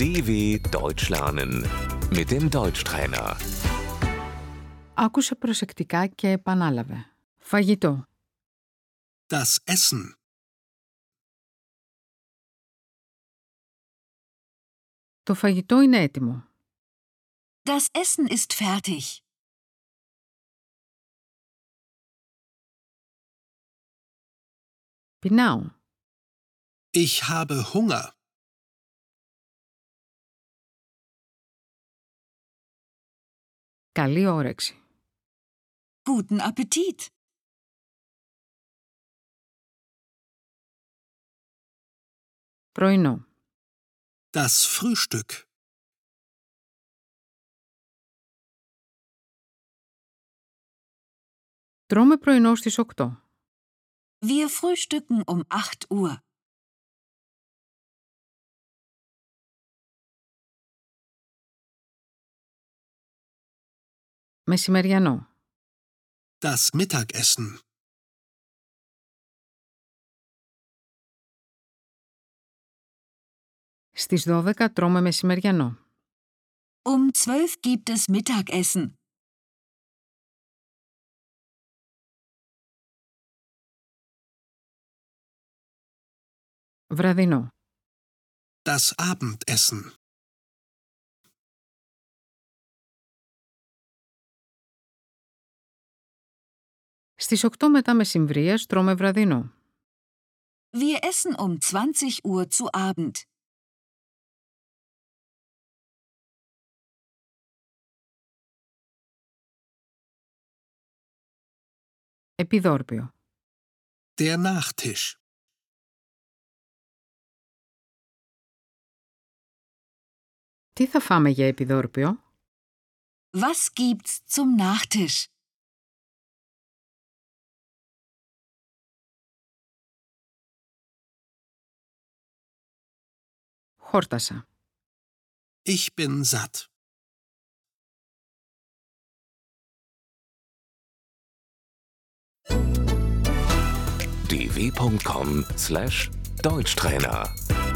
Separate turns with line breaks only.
DW Deutsch lernen mit dem Deutschtrainer.
Άκουσε προσεκτικά και επανάλαβε. Φαγητό.
Das Essen.
Το φαγητό είναι έτοιμο.
Das Essen ist fertig.
Πεινάω.
Ich habe Hunger.
Καλή όρεξη.
Guten Appetit.
Πρωινό.
Das Frühstück.
Τρώμε πρωινό στις 8.
Wir frühstücken um 8 Uhr.
Μεσημεριανό.
Das Mittagessen.
Στις 12 τρώμε μεσημεριανό.
Um 12 gibt es Mittagessen.
Βραδινό.
Das Abendessen.
Στις 8 μετά μεσημβρίας τρώμε βραδινό.
Wir essen um 20 Uhr zu Abend.
Επιδόρπιο.
Der Nachtisch.
Τι θα φάμε για επιδόρπιο?
Was gibt's zum Nachtisch?
Χόρτασα.
Ich bin satt.
dw.com/deutschtrainer